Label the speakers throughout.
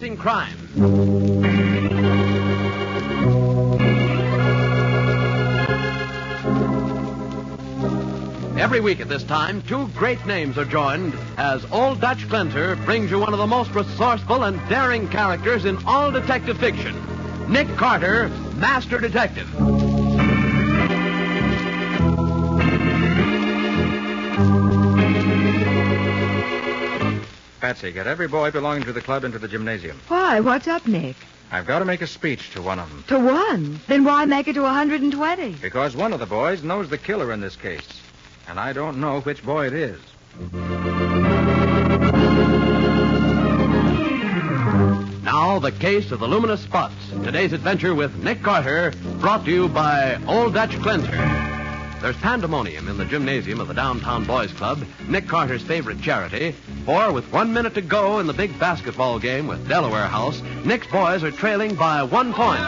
Speaker 1: In crime. Every week at this time, two great names are joined as Old Dutch Cleanser brings you one of the most resourceful and daring characters in all detective fiction Nick Carter, Master Detective.
Speaker 2: Patsy, get every boy belonging to the club into the gymnasium.
Speaker 3: Why? What's up, Nick?
Speaker 2: I've got to make a speech to one of them.
Speaker 3: To one. Then why make it to 120?
Speaker 2: Because one of the boys knows the killer in this case. And I don't know which boy it is.
Speaker 1: Now, the case of the luminous spots. Today's adventure with Nick Carter, brought to you by Old Dutch Cleanser. There's pandemonium in the gymnasium of the Downtown Boys Club, Nick Carter's favorite charity. For with one minute to go in the big basketball game with Delaware House, Nick's boys are trailing by one point.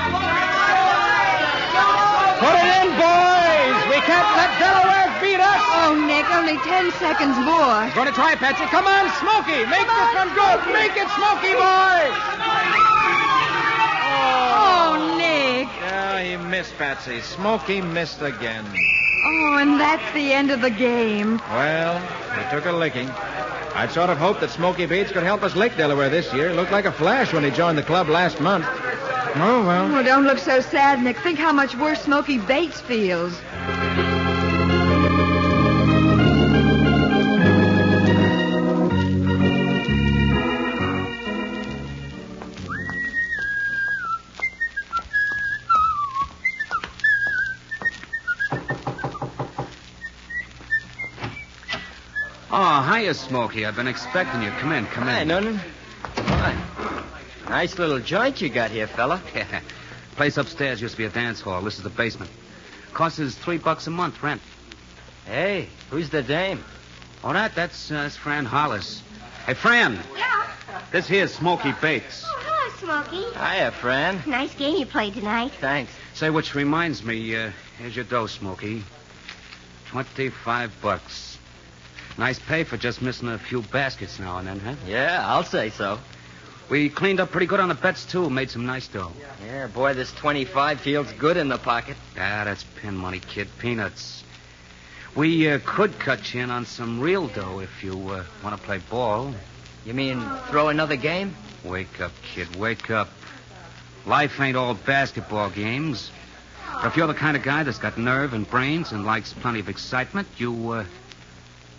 Speaker 1: Put it in, boys! We can't let Delaware beat us!
Speaker 3: Oh, Nick, only 10 seconds more.
Speaker 1: Going to try, Patsy. Come on, Smokey. Make this one go. Make it, Smokey boy.
Speaker 3: Oh, Nick.
Speaker 2: Yeah, he missed, Patsy. Smokey missed again.
Speaker 3: Oh, and that's the end of the game.
Speaker 2: Well, he took a licking. I'd sort of hoped that Smokey Bates could help us lick Delaware this year. It looked like a flash when he joined the club last month. Oh, well.
Speaker 3: Oh, don't look so sad, Nick. Think how much worse Smokey Bates feels.
Speaker 4: Oh, hiya, Smokey. I've been expecting you. Come in, come in.
Speaker 5: Hi, Noonan. Hi. Nice little joint you got here, fella.
Speaker 4: Yeah. Place upstairs used to be a dance hall. This is the basement. Costs us three bucks a month rent.
Speaker 5: Hey, who's the dame?
Speaker 4: Oh, that, that's, uh, that's Fran Hollis. Hey, Fran.
Speaker 6: Yeah. Oh,
Speaker 4: This here's Smokey Bates.
Speaker 6: Hello, Smokey.
Speaker 5: Hiya, Fran.
Speaker 6: Nice game you played tonight.
Speaker 5: Thanks.
Speaker 4: Say, which reminds me, uh, here's your dough, Smokey. Twenty-five bucks. Nice pay for just missing a few baskets now and then, huh?
Speaker 5: Yeah, I'll say so.
Speaker 4: We cleaned up pretty good on the bets, too. Made some nice dough.
Speaker 5: Yeah, boy, this 25 feels good in the pocket.
Speaker 4: Ah, that's pin money, kid. Peanuts. We uh, could cut you in on some real dough if you uh, want to play ball.
Speaker 5: You mean throw another game?
Speaker 4: Wake up, kid. Wake up. Life ain't all basketball games. But if you're the kind of guy that's got nerve and brains and likes plenty of excitement, you uh,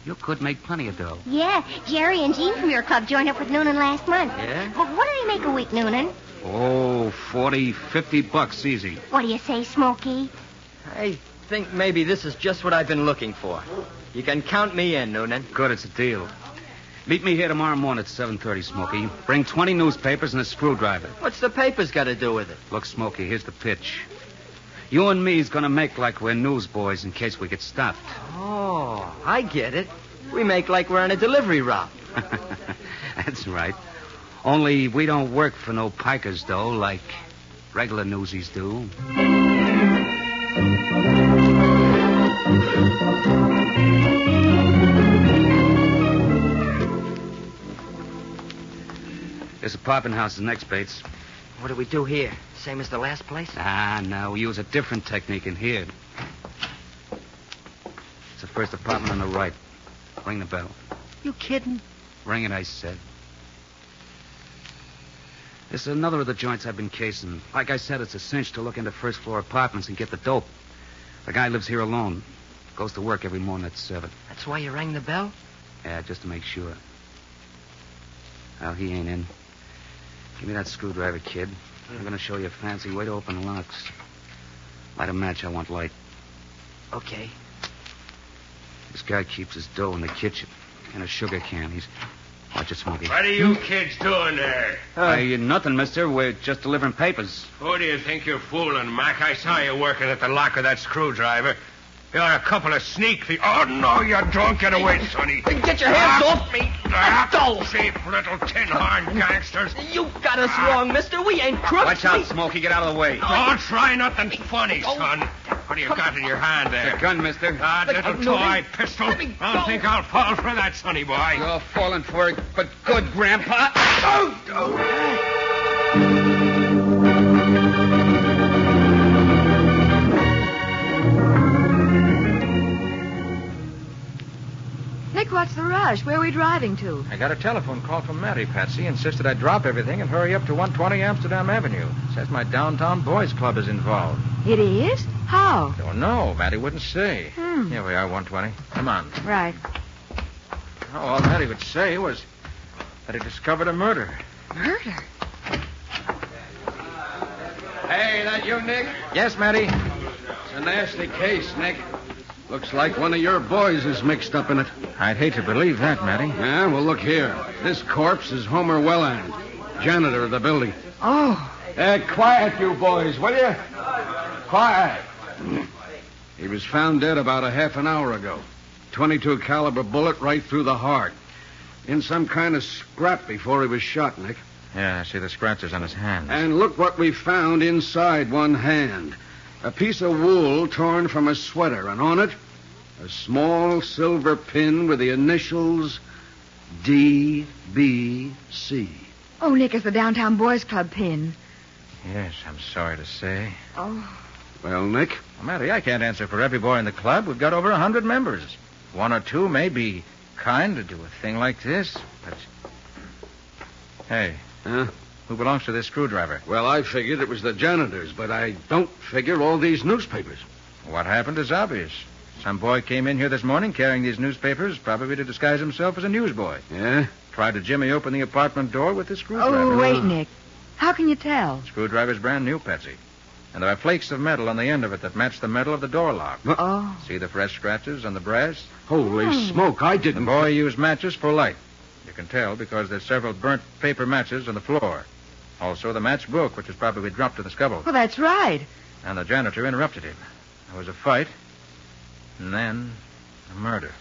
Speaker 4: you could make plenty of dough.
Speaker 6: Yeah, Jerry and Jean from your club joined up with Noonan last month.
Speaker 5: Yeah?
Speaker 6: But what do they make a week, Noonan?
Speaker 4: Oh, 40, 50 bucks easy.
Speaker 6: What do you say, Smokey?
Speaker 5: I think maybe this is just what I've been looking for. You can count me in, Noonan.
Speaker 4: Good, it's a deal. Meet me here tomorrow morning at 7.30, Smokey. Bring 20 newspapers and a screwdriver.
Speaker 5: What's the papers got to do with it?
Speaker 4: Look, Smokey, here's the pitch. You and me's gonna make like we're newsboys in case we get stopped.
Speaker 5: Oh, I get it. We make like we're on a delivery route.
Speaker 4: That's right. Only we don't work for no pikers, though, like regular newsies do. This apartment house is next, Bates.
Speaker 5: What do we do here? Same as the last place?
Speaker 4: Ah, no, we use a different technique in here. It's the first apartment on the right. Ring the bell.
Speaker 5: You kidding?
Speaker 4: Ring it, I said. This is another of the joints I've been casing. Like I said, it's a cinch to look into first floor apartments and get the dope. The guy lives here alone. Goes to work every morning at 7.
Speaker 5: That's why you rang the bell?
Speaker 4: Yeah, just to make sure. Well, he ain't in. Give me that screwdriver, kid. I'm going to show you a fancy way to open locks. Light a match, I want light.
Speaker 5: Okay.
Speaker 4: This guy keeps his dough in the kitchen in a sugar can. He's
Speaker 7: Watch it, Smokey.
Speaker 8: What are you kids doing there?
Speaker 7: Hey, nothing, mister. We're just delivering papers.
Speaker 8: Who do you think you're fooling, Mac? I saw you working at the lock of that screwdriver. You're a couple of sneak thieves. Oh, no, you're drunk. Get away, Sonny.
Speaker 5: Get your hands off me!
Speaker 8: Ah, cheap little tin horn gangsters.
Speaker 5: You got us wrong, mister. We ain't crooks.
Speaker 7: Watch out, Smokey. Get out of the way.
Speaker 8: Don't try nothing funny, son. What do you got in your hand
Speaker 7: It's a
Speaker 8: there?
Speaker 7: gun, mister.
Speaker 8: Ah, little
Speaker 5: no,
Speaker 8: toy pistol. I
Speaker 5: me
Speaker 8: don't
Speaker 5: go.
Speaker 8: think I'll fall for that, Sonny boy.
Speaker 7: You're falling for it, but good, Grandpa.
Speaker 3: Nick, what's the rush? Where are we driving to?
Speaker 9: I got a telephone call from Mary Patsy, insisted I drop everything and hurry up to 120 Amsterdam Avenue. Says my downtown boys club is involved.
Speaker 3: It is? How?
Speaker 9: Don't know. Matty wouldn't say.
Speaker 3: Hmm.
Speaker 9: Here we are, 120. Come on.
Speaker 3: Right.
Speaker 9: Oh, all Matty would say was that he discovered a murder.
Speaker 3: Murder.
Speaker 4: Hey, that you, Nick?
Speaker 9: Yes, Matty.
Speaker 4: It's a nasty case, Nick. Looks like one of your boys is mixed up in it.
Speaker 9: I'd hate to believe that, Matty.
Speaker 4: Yeah, well, look here. This corpse is Homer Welland, janitor of the building.
Speaker 3: Oh,
Speaker 4: Uh, quiet, you boys, will you? Quiet. He was found dead about a half an hour ago. 22 caliber bullet right through the heart. In some kind of scrap before he was shot, Nick.
Speaker 9: Yeah, I see the scratches on his hand.
Speaker 4: And look what we found inside one hand. A piece of wool torn from a sweater, and on it, a small silver pin with the initials D.B.C.
Speaker 3: oh, Nick is the downtown boys club pin.
Speaker 9: Yes, I'm sorry to say.
Speaker 3: Oh,
Speaker 4: Well, Nick,
Speaker 9: Well, Matty, I can't answer for every boy in the club. We've got over a hundred members. One or two may be kind to do a thing like this, but. Hey,
Speaker 4: huh?
Speaker 9: who belongs to this screwdriver?
Speaker 4: Well, I figured it was the janitors, but I don't figure all these newspapers.
Speaker 9: What happened is obvious. Some boy came in here this morning carrying these newspapers, probably to disguise himself as a newsboy.
Speaker 4: Yeah?
Speaker 9: Tried to jimmy open the apartment door with the screwdriver.
Speaker 3: oh wait, Nick. How can you tell?
Speaker 9: Screwdriver's brand new, Patsy. And there are flakes of metal on the end of it that match the metal of the door lock.
Speaker 3: Oh,
Speaker 9: See the fresh scratches on the brass?
Speaker 4: Holy smoke, I
Speaker 9: The
Speaker 4: didn't.
Speaker 9: boy used matches for light. You can tell because there's several burnt paper matches on the floor. Also, the matchbook, which was probably dropped in the scuttle.
Speaker 3: well, that's right.
Speaker 9: And the janitor interrupted him. There was a fight, and then a murder.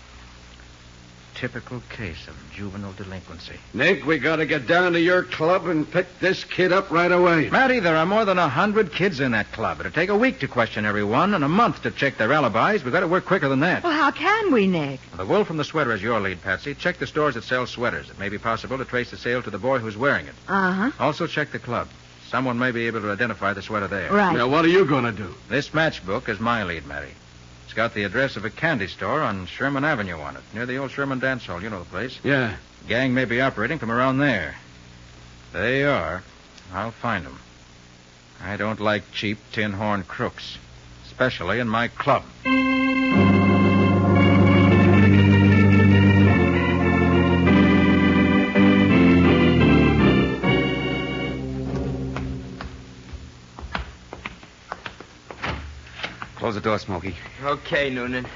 Speaker 9: Typical case of juvenile delinquency.
Speaker 4: Nick, we gotta get down to your club and pick this kid up right away.
Speaker 9: Matty, there are more than a hundred kids in that club. It'll take a week to question everyone and a month to check their alibis. We've got to work quicker than that.
Speaker 3: Well, how can we, Nick?
Speaker 9: The wool from the sweater is your lead, Patsy. Check the stores that sell sweaters. It may be possible to trace the sale to the boy who's wearing it.
Speaker 3: Uh huh.
Speaker 9: Also, check the club. Someone may be able to identify the sweater there.
Speaker 3: Right.
Speaker 4: Now, what are you gonna do?
Speaker 9: This matchbook is my lead, Mary. It's got the address of a candy store on Sherman Avenue on it, near the old Sherman Dance Hall. You know the place.
Speaker 4: Yeah.
Speaker 9: Gang may be operating from around there. They are. I'll find 'em. I don't like cheap tin horn crooks, especially in my club.
Speaker 7: Close the door, Smokey.
Speaker 5: Okay, Noonan.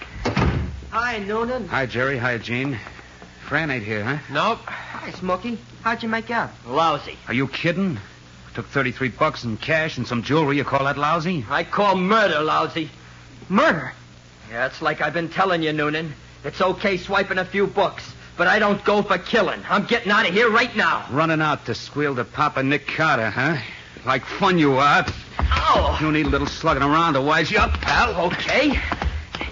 Speaker 5: Hi, Noonan.
Speaker 7: Hi, Jerry. Hi, Gene. Fran ain't here, huh?
Speaker 5: Nope. Hi, Smokey. How'd you make out? Lousy.
Speaker 7: Are you kidding? Took 33 bucks in cash and some jewelry. You call that lousy?
Speaker 5: I call murder lousy. Murder? Yeah, it's like I've been telling you, Noonan. It's okay swiping a few books, but I don't go for killing. I'm getting out of here right now.
Speaker 7: Running out to squeal to Papa Nick Carter, huh? Like fun you are.
Speaker 5: Ow!
Speaker 7: You need a little slugging around to wise you up, pal.
Speaker 5: Well, okay.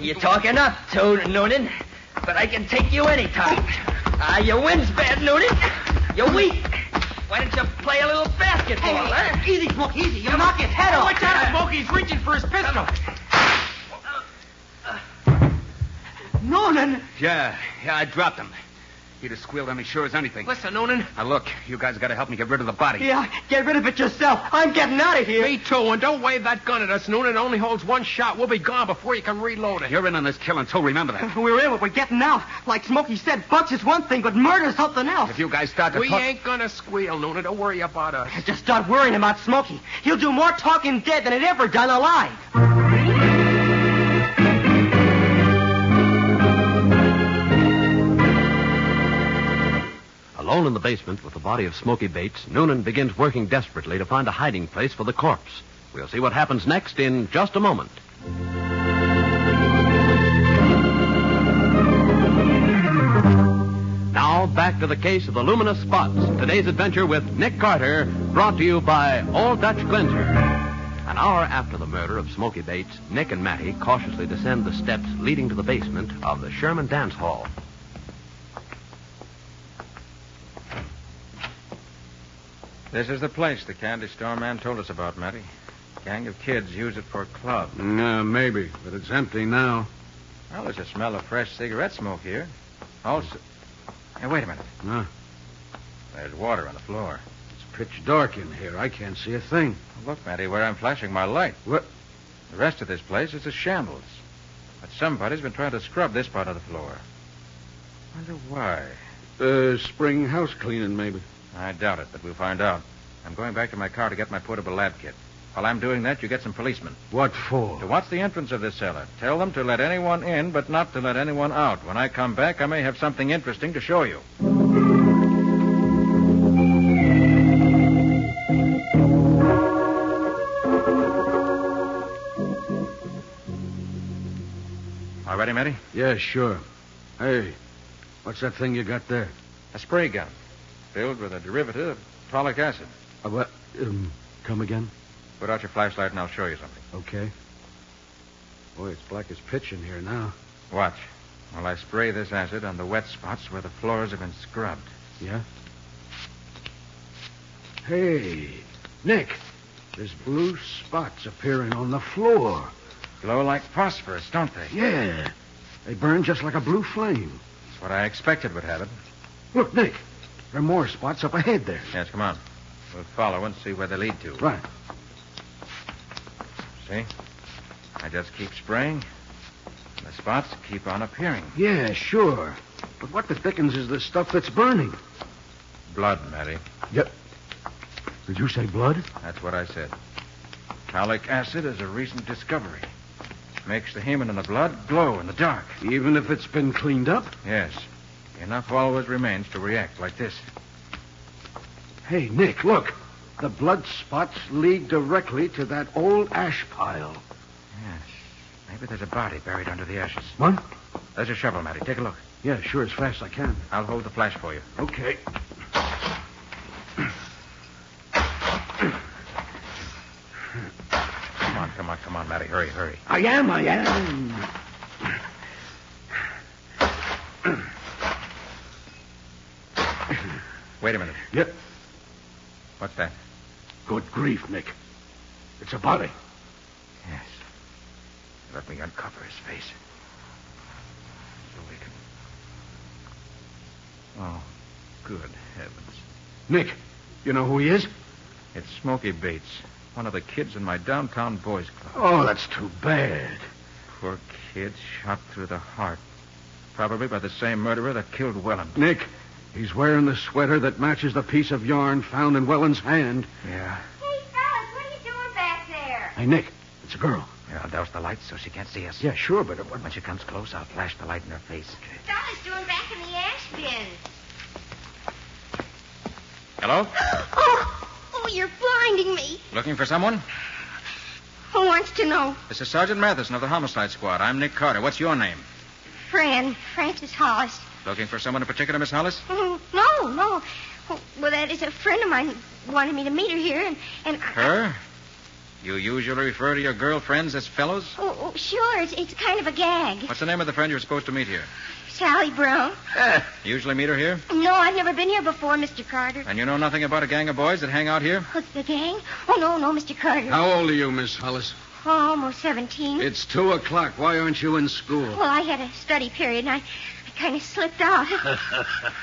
Speaker 5: You're talking up, to Noonan. But I can take you anytime. Ah, your wind's bad, Noonan. You're weak. Why don't you play a little basketball, huh? Easy, Smokey, easy. You'll knock his head off. Watch out, Smokey. He's reaching for his pistol. Noonan!
Speaker 7: Yeah, yeah, I dropped him. He'd have squealed on me sure as anything.
Speaker 5: Listen, Noonan.
Speaker 7: Now, look, you guys got to help me get rid of the body.
Speaker 5: Yeah, get rid of it yourself. I'm getting out of here.
Speaker 8: Me too, and don't wave that gun at us, Noonan. It only holds one shot. We'll be gone before you can reload it.
Speaker 7: You're in on this killing, too. Remember that.
Speaker 5: We're in, but we're getting out. Like Smokey said, bucks is one thing, but murder's something else.
Speaker 7: If you guys start to
Speaker 8: We
Speaker 7: talk...
Speaker 8: ain't gonna squeal, Noonan. Don't worry about us.
Speaker 5: Just start worrying about Smokey. He'll do more talking dead than he'd ever done alive.
Speaker 4: A
Speaker 10: Alone in the basement with the body of Smoky Bates, Noonan begins working desperately to find a hiding place for the corpse. We'll see what happens next in just a moment. Now, back to the case of the luminous spots. Today's adventure with Nick Carter, brought to you by All Dutch Cleanser. An hour after the murder of Smoky Bates, Nick and Mattie cautiously descend the steps leading to the basement of the Sherman Dance Hall.
Speaker 9: This is the place the candy store man told us about, Matty. Gang of kids use it for a club.
Speaker 4: Yeah, Uh, maybe, but it's empty now.
Speaker 9: Well, there's a smell of fresh cigarette smoke here. Also. Hey, wait a minute.
Speaker 4: Huh?
Speaker 9: There's water on the floor.
Speaker 4: It's pitch dark in here. I can't see a thing.
Speaker 9: Look, Matty, where I'm flashing my light.
Speaker 4: What?
Speaker 9: The rest of this place is a shambles. But somebody's been trying to scrub this part of the floor. Wonder why.
Speaker 4: Uh, spring house cleaning, maybe.
Speaker 9: I doubt it, but we'll find out. I'm going back to my car to get my portable lab kit. While I'm doing that, you get some policemen.
Speaker 4: What for?
Speaker 9: To watch the entrance of this cellar. Tell them to let anyone in, but not to let anyone out. When I come back, I may have something interesting to show you. All ready, Matty?
Speaker 4: Yeah, sure. Hey, what's that thing you got there?
Speaker 9: A spray gun filled with a derivative of tolic acid.
Speaker 4: Uh, what? Um, come again?
Speaker 9: Put out your flashlight and I'll show you something.
Speaker 4: Okay. Boy, it's black as pitch in here now.
Speaker 9: Watch. While I spray this acid on the wet spots where the floors have been scrubbed.
Speaker 4: Yeah? Hey, Nick, there's blue spots appearing on the floor.
Speaker 9: Glow like phosphorus, don't they?
Speaker 4: Yeah, they burn just like a blue flame.
Speaker 9: That's what I expected would happen.
Speaker 4: Look, Nick, there are more spots up ahead there.
Speaker 9: Yes, come on. We'll follow and see where they lead to.
Speaker 4: Right.
Speaker 9: See? I just keep spraying. and The spots keep on appearing.
Speaker 4: Yeah, sure. But what the dickens is this stuff that's burning?
Speaker 9: Blood, Matty.
Speaker 4: Yep. Did you say blood?
Speaker 9: That's what I said. Tolic acid is a recent discovery. Makes the hemoglobin in the blood glow in the dark.
Speaker 4: Even if it's been cleaned up?
Speaker 9: Yes. Enough always remains to react like this.
Speaker 4: Hey, Nick, look. The blood spots lead directly to that old ash pile.
Speaker 9: Yes. Maybe there's a body buried under the ashes.
Speaker 4: What?
Speaker 9: There's a shovel, Matty. Take a look.
Speaker 4: Yeah, sure, as fast as I can.
Speaker 9: I'll hold the flash for you.
Speaker 4: Okay.
Speaker 9: Come on, come on, come on, Matty. Hurry, hurry.
Speaker 4: I am, I am.
Speaker 9: Wait a minute.
Speaker 4: Yep.
Speaker 9: What's that?
Speaker 4: Good grief, Nick. It's a body.
Speaker 9: Yes. Let me uncover his face. So we can. Oh, good heavens.
Speaker 4: Nick, you know who he is?
Speaker 9: It's Smoky Bates, one of the kids in my downtown boys' club.
Speaker 4: Oh, that's too bad.
Speaker 9: Poor kid, shot through the heart. Probably by the same murderer that killed Welland.
Speaker 4: Nick, he's wearing the sweater that matches the piece of yarn found in Welland's hand.
Speaker 9: Yeah.
Speaker 6: Hey, fellas, what are you doing back there?
Speaker 4: Hey, Nick, it's a girl.
Speaker 9: Yeah, I'll douse the light so she can't see us.
Speaker 4: Yeah, sure, but it
Speaker 9: When she comes close, I'll flash the light in her face. Okay.
Speaker 6: Dolly's doing back in the ash bin.
Speaker 9: Hello?
Speaker 6: Oh, oh, you're blinding me.
Speaker 9: Looking for someone?
Speaker 6: Who wants to know?
Speaker 9: This is Sergeant Matheson of the Homicide Squad. I'm Nick Carter. What's your name?
Speaker 6: Fran, Francis Hollis.
Speaker 9: Looking for someone in particular, Miss Hollis?
Speaker 6: Mm, No, no. Well, that is a friend of mine wanted me to meet her here, and and I-
Speaker 9: Her? You usually refer to your girlfriends as fellows?
Speaker 6: Oh, oh, sure, it's, it's kind of a gag.
Speaker 9: What's the name of the friend you're supposed to meet here?
Speaker 6: Sally Brown.
Speaker 9: You usually meet her here?
Speaker 6: No, I've never been here before, Mr. Carter.
Speaker 9: And you know nothing about a gang of boys that hang out here?
Speaker 6: What's the gang? Oh no, no, Mr. Carter.
Speaker 4: How old are you, Miss Hollis?
Speaker 6: Oh, almost seventeen.
Speaker 4: It's two o'clock. Why aren't you in school?
Speaker 6: Well, I had a study period, and I, I kind of slipped out.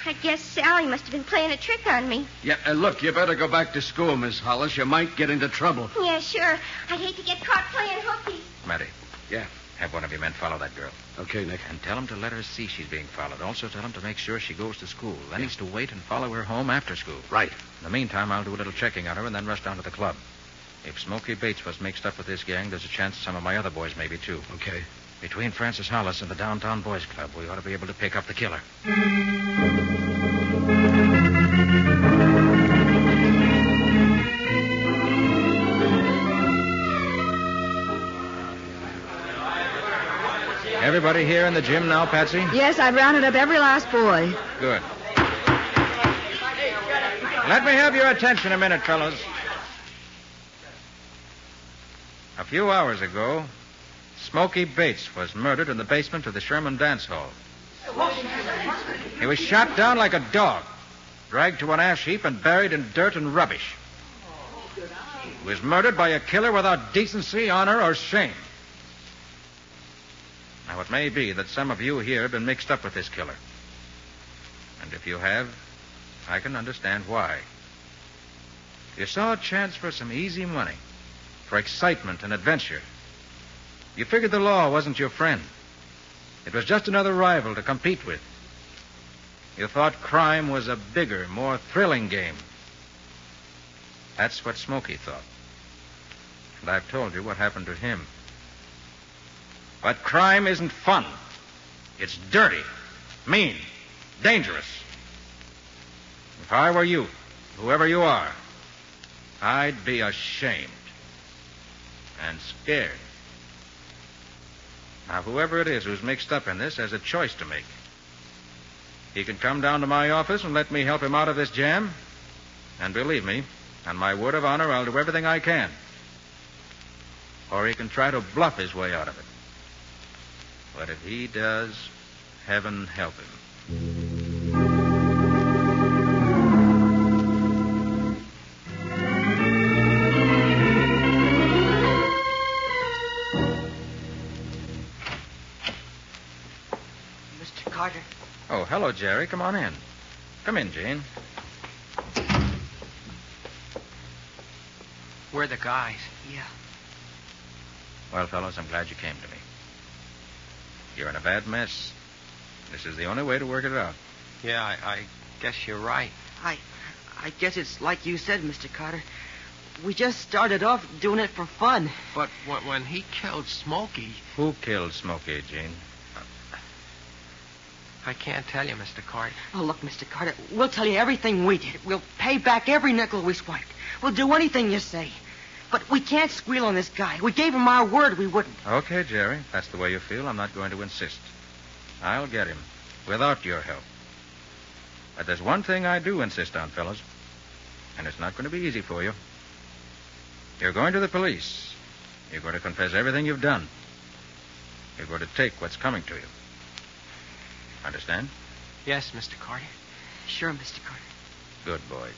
Speaker 6: I guess Sally must have been playing a trick on me.
Speaker 4: Yeah, uh, look, you better go back to school, Miss Hollis. You might get into trouble.
Speaker 6: Yeah, sure. I hate to get caught playing hooky.
Speaker 9: Matty,
Speaker 4: Yeah.
Speaker 9: have one of your men follow that girl.
Speaker 4: Okay, Nick.
Speaker 9: And tell him to let her see she's being followed. Also tell him to make sure she goes to school. Then he's to wait and follow her home after school.
Speaker 4: Right.
Speaker 9: In the meantime, I'll do a little checking on her and then rush down to the club. If Smoky Bates was mixed up with this gang, there's a chance some of my other boys may be, too.
Speaker 4: Okay.
Speaker 9: Between Francis Hollis and the Downtown Boys Club, we ought to be able to pick up the killer. everybody here in the gym now, Patsy?
Speaker 3: Yes, I've rounded up every last boy.
Speaker 9: Good. Let me have your attention a minute, fellows. A few hours ago, Smokey Bates was murdered in the basement of the Sherman Dance Hall. He was shot down like a dog, dragged to an ash heap, and buried in dirt and rubbish. He was murdered by a killer without decency, honor, or shame. Now, it may be that some of you here have been mixed up with this killer. And if you have, I can understand why. You saw a chance for some easy money, for excitement and adventure. You figured the law wasn't your friend. It was just another rival to compete with. You thought crime was a bigger, more thrilling game. That's what Smokey thought. And I've told you what happened to him. But crime isn't fun. It's dirty, mean, dangerous. If I were you, whoever you are, I'd be ashamed and scared. Now, whoever it is who's mixed up in this has a choice to make. He can come down to my office and let me help him out of this jam. And believe me, on my word of honor, I'll do everything I can. Or he can try to bluff his way out of it. But if he does, heaven help him.
Speaker 5: Mr. Carter.
Speaker 9: Oh, hello, Jerry. Come on in. Come in, Jane.
Speaker 11: We're the guys.
Speaker 5: Yeah.
Speaker 9: Well, fellows, I'm glad you came to me. You're in a bad mess. This is the only way to work it out.
Speaker 11: Yeah, I, I guess you're right.
Speaker 5: I I guess it's like you said, Mr. Carter. We just started off doing it for fun.
Speaker 11: But when, when he killed Smokey,
Speaker 9: Who killed Smokey, Jane?
Speaker 11: I can't tell you, Mr. Carter.
Speaker 5: Oh, look, Mr. Carter, we'll tell you everything we did. We'll pay back every nickel we swiped. We'll do anything you say. But we can't squeal on this guy. We gave him our word we wouldn't.
Speaker 9: Okay, Jerry. if That's the way you feel. I'm not going to insist. I'll get him without your help. But there's one thing I do insist on, fellows, and it's not going to be easy for you. You're going to the police. You're going to confess everything you've done. You're going to take what's coming to you. Understand?
Speaker 11: Yes, Mr. Carter.
Speaker 5: Sure, Mr. Carter.
Speaker 9: Good boys.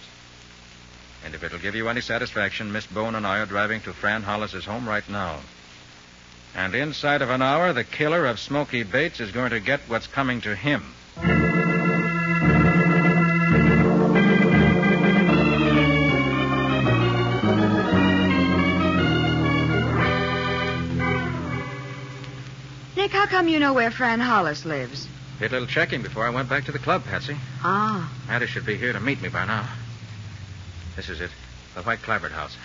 Speaker 9: And if it'll give you any satisfaction, Miss Bone and I are driving to Fran Hollis's home right now. And inside of an hour, the killer of Smokey Bates is going to get what's coming to him.
Speaker 3: Nick, how come you know where Fran Hollis lives?
Speaker 9: Did a little checking before I went back to the club, Patsy.
Speaker 3: Ah.
Speaker 9: Addie should be here to meet me by now. This is it, the White Clabbert house.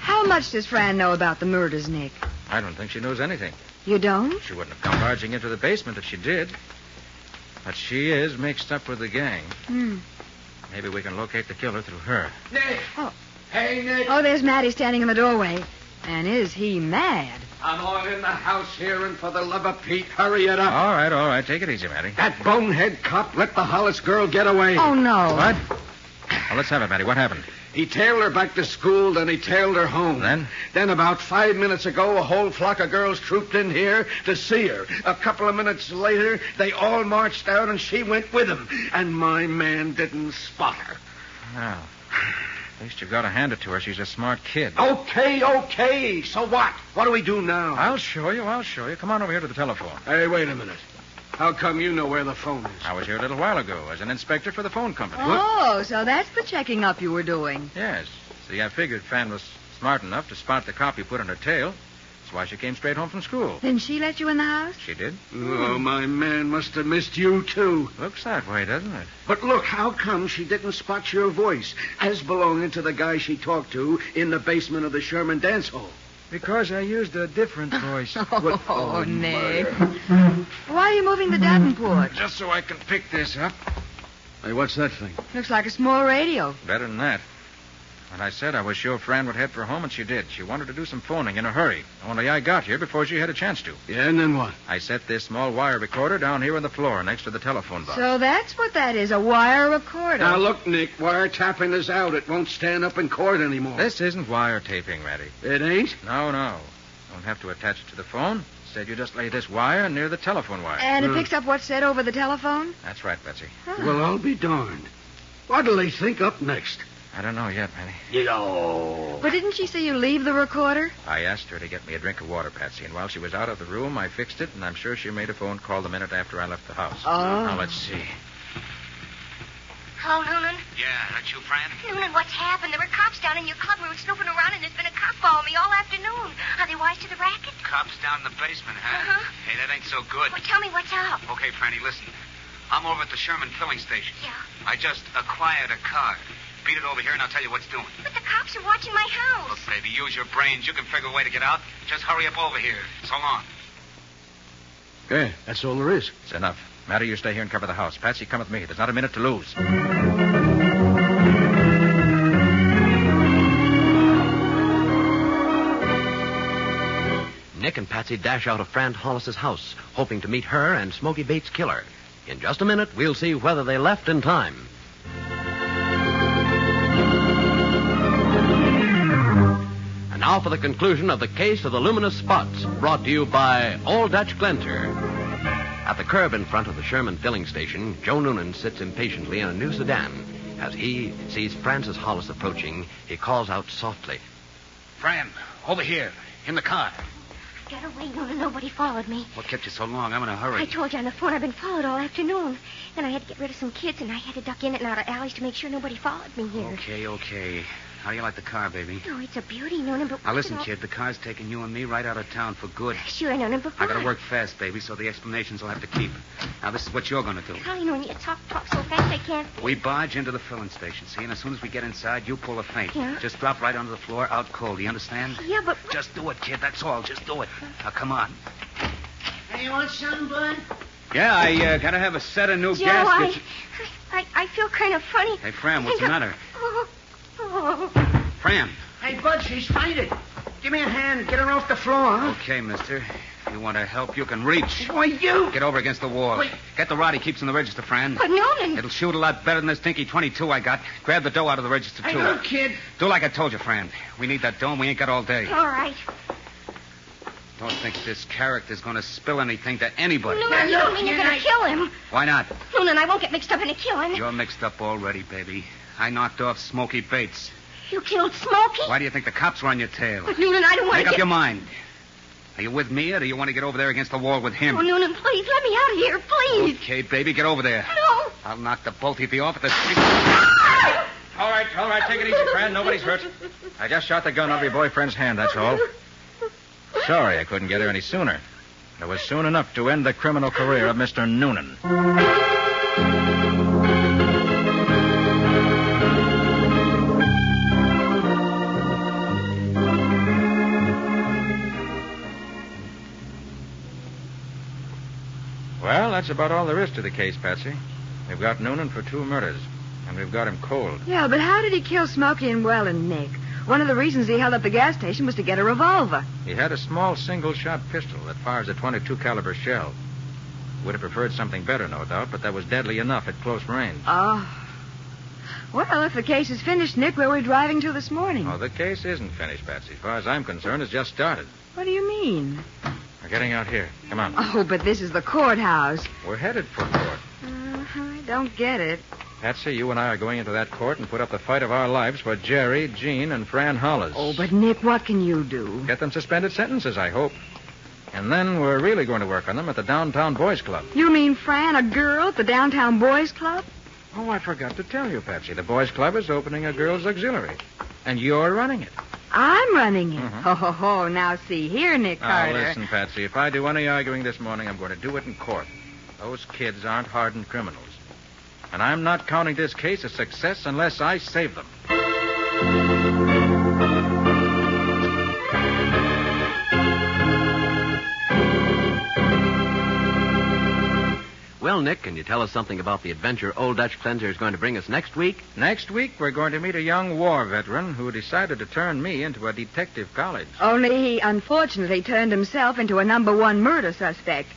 Speaker 3: How much does Fran know about the murders, Nick?
Speaker 9: I don't think she knows anything.
Speaker 3: You don't?
Speaker 9: She wouldn't have come barging into the basement if she did. But she is mixed up with the gang.
Speaker 3: Hmm.
Speaker 9: Maybe we can locate the killer through her.
Speaker 12: Nick!
Speaker 3: Oh.
Speaker 12: Hey, Nick!
Speaker 3: Oh, there's Matty standing in the doorway. And is he mad?
Speaker 4: I'm all in the house here, and for the love of Pete, hurry it up.
Speaker 9: All right, all right. Take it easy, Maddie.
Speaker 4: That bonehead cop let the Hollis girl get away.
Speaker 3: Oh, no.
Speaker 9: What? Now, let's have it, Maddie. What happened?
Speaker 4: He tailed her back to school, then he tailed her home.
Speaker 9: Then?
Speaker 4: Then about five minutes ago, a whole flock of girls trooped in here to see her. A couple of minutes later, they all marched out, and she went with them. And my man didn't spot her.
Speaker 9: Well, at least you've got to hand it to her. She's a smart kid.
Speaker 4: Okay, okay. So what? What do we do now?
Speaker 9: I'll show you. I'll show you. Come on over here to the telephone.
Speaker 4: Hey, wait a minute. How come you know where the phone is?
Speaker 9: I was here a little while ago as an inspector for the phone company.
Speaker 3: Oh, so that's the checking up you were doing.
Speaker 9: Yes. See, I figured Fan was smart enough to spot the cop you put on her tail. That's why she came straight home from school.
Speaker 3: Then she let you in the house?
Speaker 9: She did.
Speaker 4: Oh, my man must have missed you, too.
Speaker 9: Looks that way, doesn't it?
Speaker 4: But look, how come she didn't spot your voice as belonging to the guy she talked to in the basement of the Sherman dance hall?
Speaker 9: Because I used a different voice.
Speaker 4: What- oh,
Speaker 3: Nick. Why are you moving the Davenport?
Speaker 9: Just so I can pick this up.
Speaker 4: Hey, what's that thing?
Speaker 3: Looks like a small radio.
Speaker 9: Better than that. And I said I was sure Fran would head for home, and she did. She wanted to do some phoning in a hurry. Only I got here before she had a chance to.
Speaker 13: Yeah, and then what?
Speaker 9: I set this small wire recorder down here on the floor next to the telephone box.
Speaker 3: So that's what that is, a wire recorder.
Speaker 13: Now, look, Nick, wiretapping is out. It won't stand up in court anymore.
Speaker 9: This isn't wiretaping, Matty.
Speaker 13: It ain't?
Speaker 9: No, no. Don't have to attach it to the phone. Instead, you just lay this wire near the telephone wire.
Speaker 3: And it picks up what's said over the telephone?
Speaker 9: That's right, Betsy.
Speaker 3: Huh.
Speaker 13: Well, I'll be darned. What'll they think up next?
Speaker 9: I don't know yet, Matty.
Speaker 13: Yo.
Speaker 3: But didn't she see you leave the recorder?
Speaker 9: I asked her to get me a drink of water, Patsy, and while she was out of the room, I fixed it, and I'm sure she made a phone call the minute after I left the house.
Speaker 3: Oh.
Speaker 9: Now, let's see.
Speaker 6: Hello, Noonan.
Speaker 7: Yeah, that's you, Fran?
Speaker 6: Noonan, what's happened? There were cops down in your club room snooping around, and there's been a cop following me all afternoon. Are they wise to the racket?
Speaker 7: Cops down in the basement, huh?
Speaker 6: Uh-huh.
Speaker 7: Hey, that ain't so good.
Speaker 6: Well, tell me what's up.
Speaker 7: Okay, Franny, listen. I'm over at the Sherman filling station.
Speaker 6: Yeah.
Speaker 7: I just acquired a car. Beat it over here, and I'll tell you what's doing.
Speaker 6: But the cops are watching my
Speaker 7: Look,
Speaker 6: house.
Speaker 7: baby, use your brains. You can figure a way to get out. Just hurry up over here. So long.
Speaker 13: Yeah, that's all there is.
Speaker 9: It's enough. Matty, you stay here and cover the house. Patsy, come with me. There's not a minute to lose.
Speaker 4: Nick and Patsy dash out of Fran Hollis's house, hoping to meet her and Smoky Bates' killer. In just a minute, we'll see whether they left in time. And now for the conclusion of the case of the luminous spots, brought to you by Old Dutch Glenser. At the curb in front of the Sherman filling station, Joe Noonan sits impatiently in a new sedan. As he sees Francis Hollis approaching, he calls out softly.
Speaker 7: Fran, over here. In the car.
Speaker 6: Get away, Noonan. Nobody followed me.
Speaker 7: What kept you so long? I'm in a hurry.
Speaker 6: I told you on the phone I've been followed all afternoon. Then I had to get rid of some kids, and I had to duck in and out of alleys to make sure nobody followed me here.
Speaker 7: Okay, okay. How do you like the car, baby?
Speaker 6: No, it's a beauty, Noonan, but...
Speaker 7: Now,
Speaker 6: what's
Speaker 7: listen,
Speaker 6: it all-
Speaker 7: kid. The car's taking you and me right out of town for good.
Speaker 6: Sure, Noonan, but
Speaker 7: I gotta
Speaker 6: why?
Speaker 7: work fast, baby, so the explanations will have to keep. Now, this is what you're gonna do.
Speaker 6: Golly, Noonan, you talk, talk so fast I can't...
Speaker 7: We barge into the filling station, see, and as soon as we get inside, you pull a feint.
Speaker 6: Yeah.
Speaker 7: Just drop right onto the floor, out cold. You understand?
Speaker 6: Yeah, but... what-
Speaker 7: Just do it, kid. That's all. Just do it. Now, come on.
Speaker 5: Hey, you want something, bud?
Speaker 7: Yeah, I uh, gotta have a set of new
Speaker 6: Joe, I,
Speaker 7: gaskets.
Speaker 6: I, I feel kind of funny.
Speaker 7: Hey, Fran, what's
Speaker 6: I
Speaker 7: the
Speaker 6: don't-
Speaker 7: matter?
Speaker 6: Oh, oh.
Speaker 7: Fran.
Speaker 5: Hey, bud, she's fainted. Give me a hand. Get her off the floor, huh?
Speaker 7: Okay, mister. If you want to help, you can reach.
Speaker 5: Why, you...
Speaker 7: Get over against the wall.
Speaker 5: Wait.
Speaker 7: Get the rod he keeps in the register, Fran.
Speaker 6: But Noonan,
Speaker 7: It'll shoot a lot better than this dinky 22 I got. Grab the dough out of the register,
Speaker 5: Hey,
Speaker 7: too.
Speaker 5: look, kid.
Speaker 7: Do like I told you, Fran. We need that dough and we ain't got all day.
Speaker 6: all right.
Speaker 7: Don't think this character's going to spill anything to anybody.
Speaker 6: Noonan, you don't mean you're going to kill him.
Speaker 7: Why not?
Speaker 6: Noonan, I won't get mixed up in a killing.
Speaker 7: You're mixed up already, baby. I knocked off Smoky Bates.
Speaker 6: You killed Smokey?
Speaker 7: Why do you think the cops were on your tail?
Speaker 6: But Noonan, I don't want
Speaker 7: Make
Speaker 6: to
Speaker 7: up
Speaker 6: get...
Speaker 7: your mind. Are you with me, or do you want to get over there against the wall with
Speaker 6: Oh,
Speaker 7: him?
Speaker 6: Noonan, please, let me out of here, please.
Speaker 7: Okay, baby, get over there.
Speaker 6: No.
Speaker 7: I'll knock the both of you off at the street.
Speaker 9: All right, all right. Take it easy, Fran. Nobody's hurt. I just shot the gun out of your boyfriend's hand, that's all. Sorry I couldn't get her any sooner. It was soon enough to end the criminal career of Mr. Noonan. Well, that's about all there is to the case, Patsy. We've got Noonan for two murders, and we've got him cold.
Speaker 3: Yeah, but how did he kill Smokey and Welland, Nick? One of the reasons he held up the gas station was to get a revolver.
Speaker 9: He had a small single shot pistol that fires a 22 caliber shell. Would have preferred something better, no doubt, but that was deadly enough at close range.
Speaker 3: Oh.
Speaker 6: Ah.
Speaker 3: Well, if the case is finished, Nick, where are we driving to this morning?
Speaker 9: Oh, the case isn't finished, Patsy. As far as I'm concerned, it's just started.
Speaker 3: What do you mean?
Speaker 9: We're getting out here. Come on.
Speaker 3: Oh, but this is the courthouse.
Speaker 9: We're headed for court.
Speaker 3: Uh, I don't get it.
Speaker 9: Patsy, you and I are going into that court and put up the fight of our lives for Jerry, Jean, and Fran Hollis.
Speaker 3: Oh, but Nick, what can you do?
Speaker 9: Get them suspended sentences, I hope. And then we're really going to work on them at the Downtown Boys Club.
Speaker 3: You mean Fran, a girl at the downtown boys club?
Speaker 9: Oh, I forgot to tell you, Patsy. The Boys Club is opening a girls' auxiliary. And you're running it.
Speaker 3: I'm running it.
Speaker 9: Mhm.
Speaker 3: Ho, ho, ho. Now, see here, Nick
Speaker 9: Now,
Speaker 3: Carter.
Speaker 9: listen, Patsy, if I do any arguing this morning, I'm going to do it in court. Those kids aren't hardened criminals. And I'm not counting this case a success unless I save them.
Speaker 4: Well, Well, Nick, can you tell us something about the adventure Old Dutch Cleanser is going to bring us next week?
Speaker 9: Next week, we're going to meet a young war veteran who decided to turn me into a detective college.
Speaker 3: Only he unfortunately turned himself into a number one murder suspect.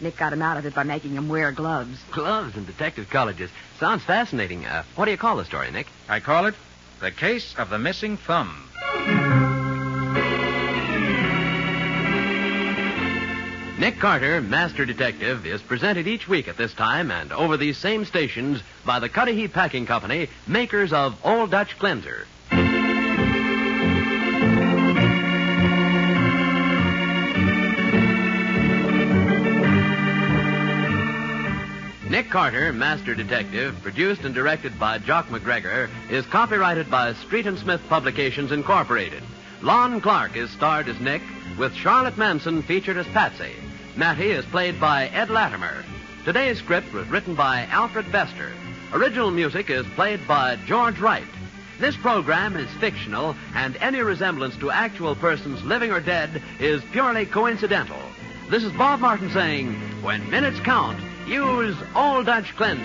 Speaker 3: Nick got him out of it by making him wear gloves.
Speaker 4: Gloves and detective colleges. Sounds fascinating. Uh, what do you call the story, Nick?
Speaker 9: I call it The Case of the Missing Thumb.
Speaker 4: Nick Carter, Master Detective, is presented each week at this time and over these same stations by the Cudahy Packing Company, makers of Old Dutch Cleanser. Nick Carter, Master Detective, produced and directed by Jock McGregor, is copyrighted by Street and Smith Publications Incorporated. Lon Clark is starred as Nick, with Charlotte Manson featured as Patsy. Mattie is played by Ed Latimer. Today's script was written by Alfred Bester. Original music is played by George Wright. This program is fictional, and any resemblance to actual persons living or dead is purely coincidental. This is Bob Martin saying, when minutes count, use Old Dutch Cleanser.